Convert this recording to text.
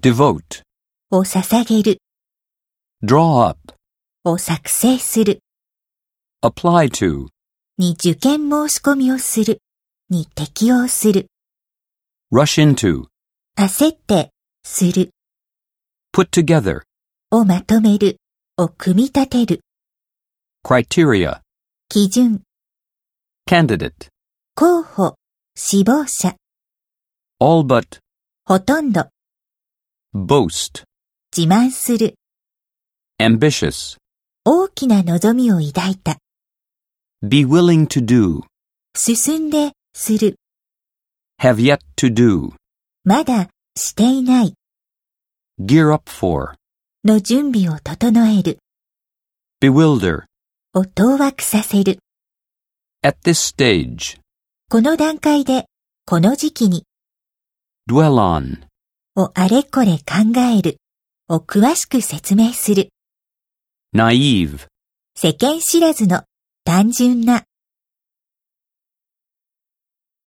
devote, を捧げる draw up, を作成する apply to, に受験申し込みをするに適用する rush into, 焦ってする put together, をまとめるを組み立てる criteria, 基準 candidate, 候補志望者 all but, ほとんど boast, 自慢する ambitious, 大きな望みを抱いた be willing to do, 進んでする have yet to do, まだしていない gear up for, の準備を整える bewilder, を当惑させる at this stage, この段階でこの時期に dwell on, をあれこれ考えるを詳しく説明する naive, 世間知らずの単純な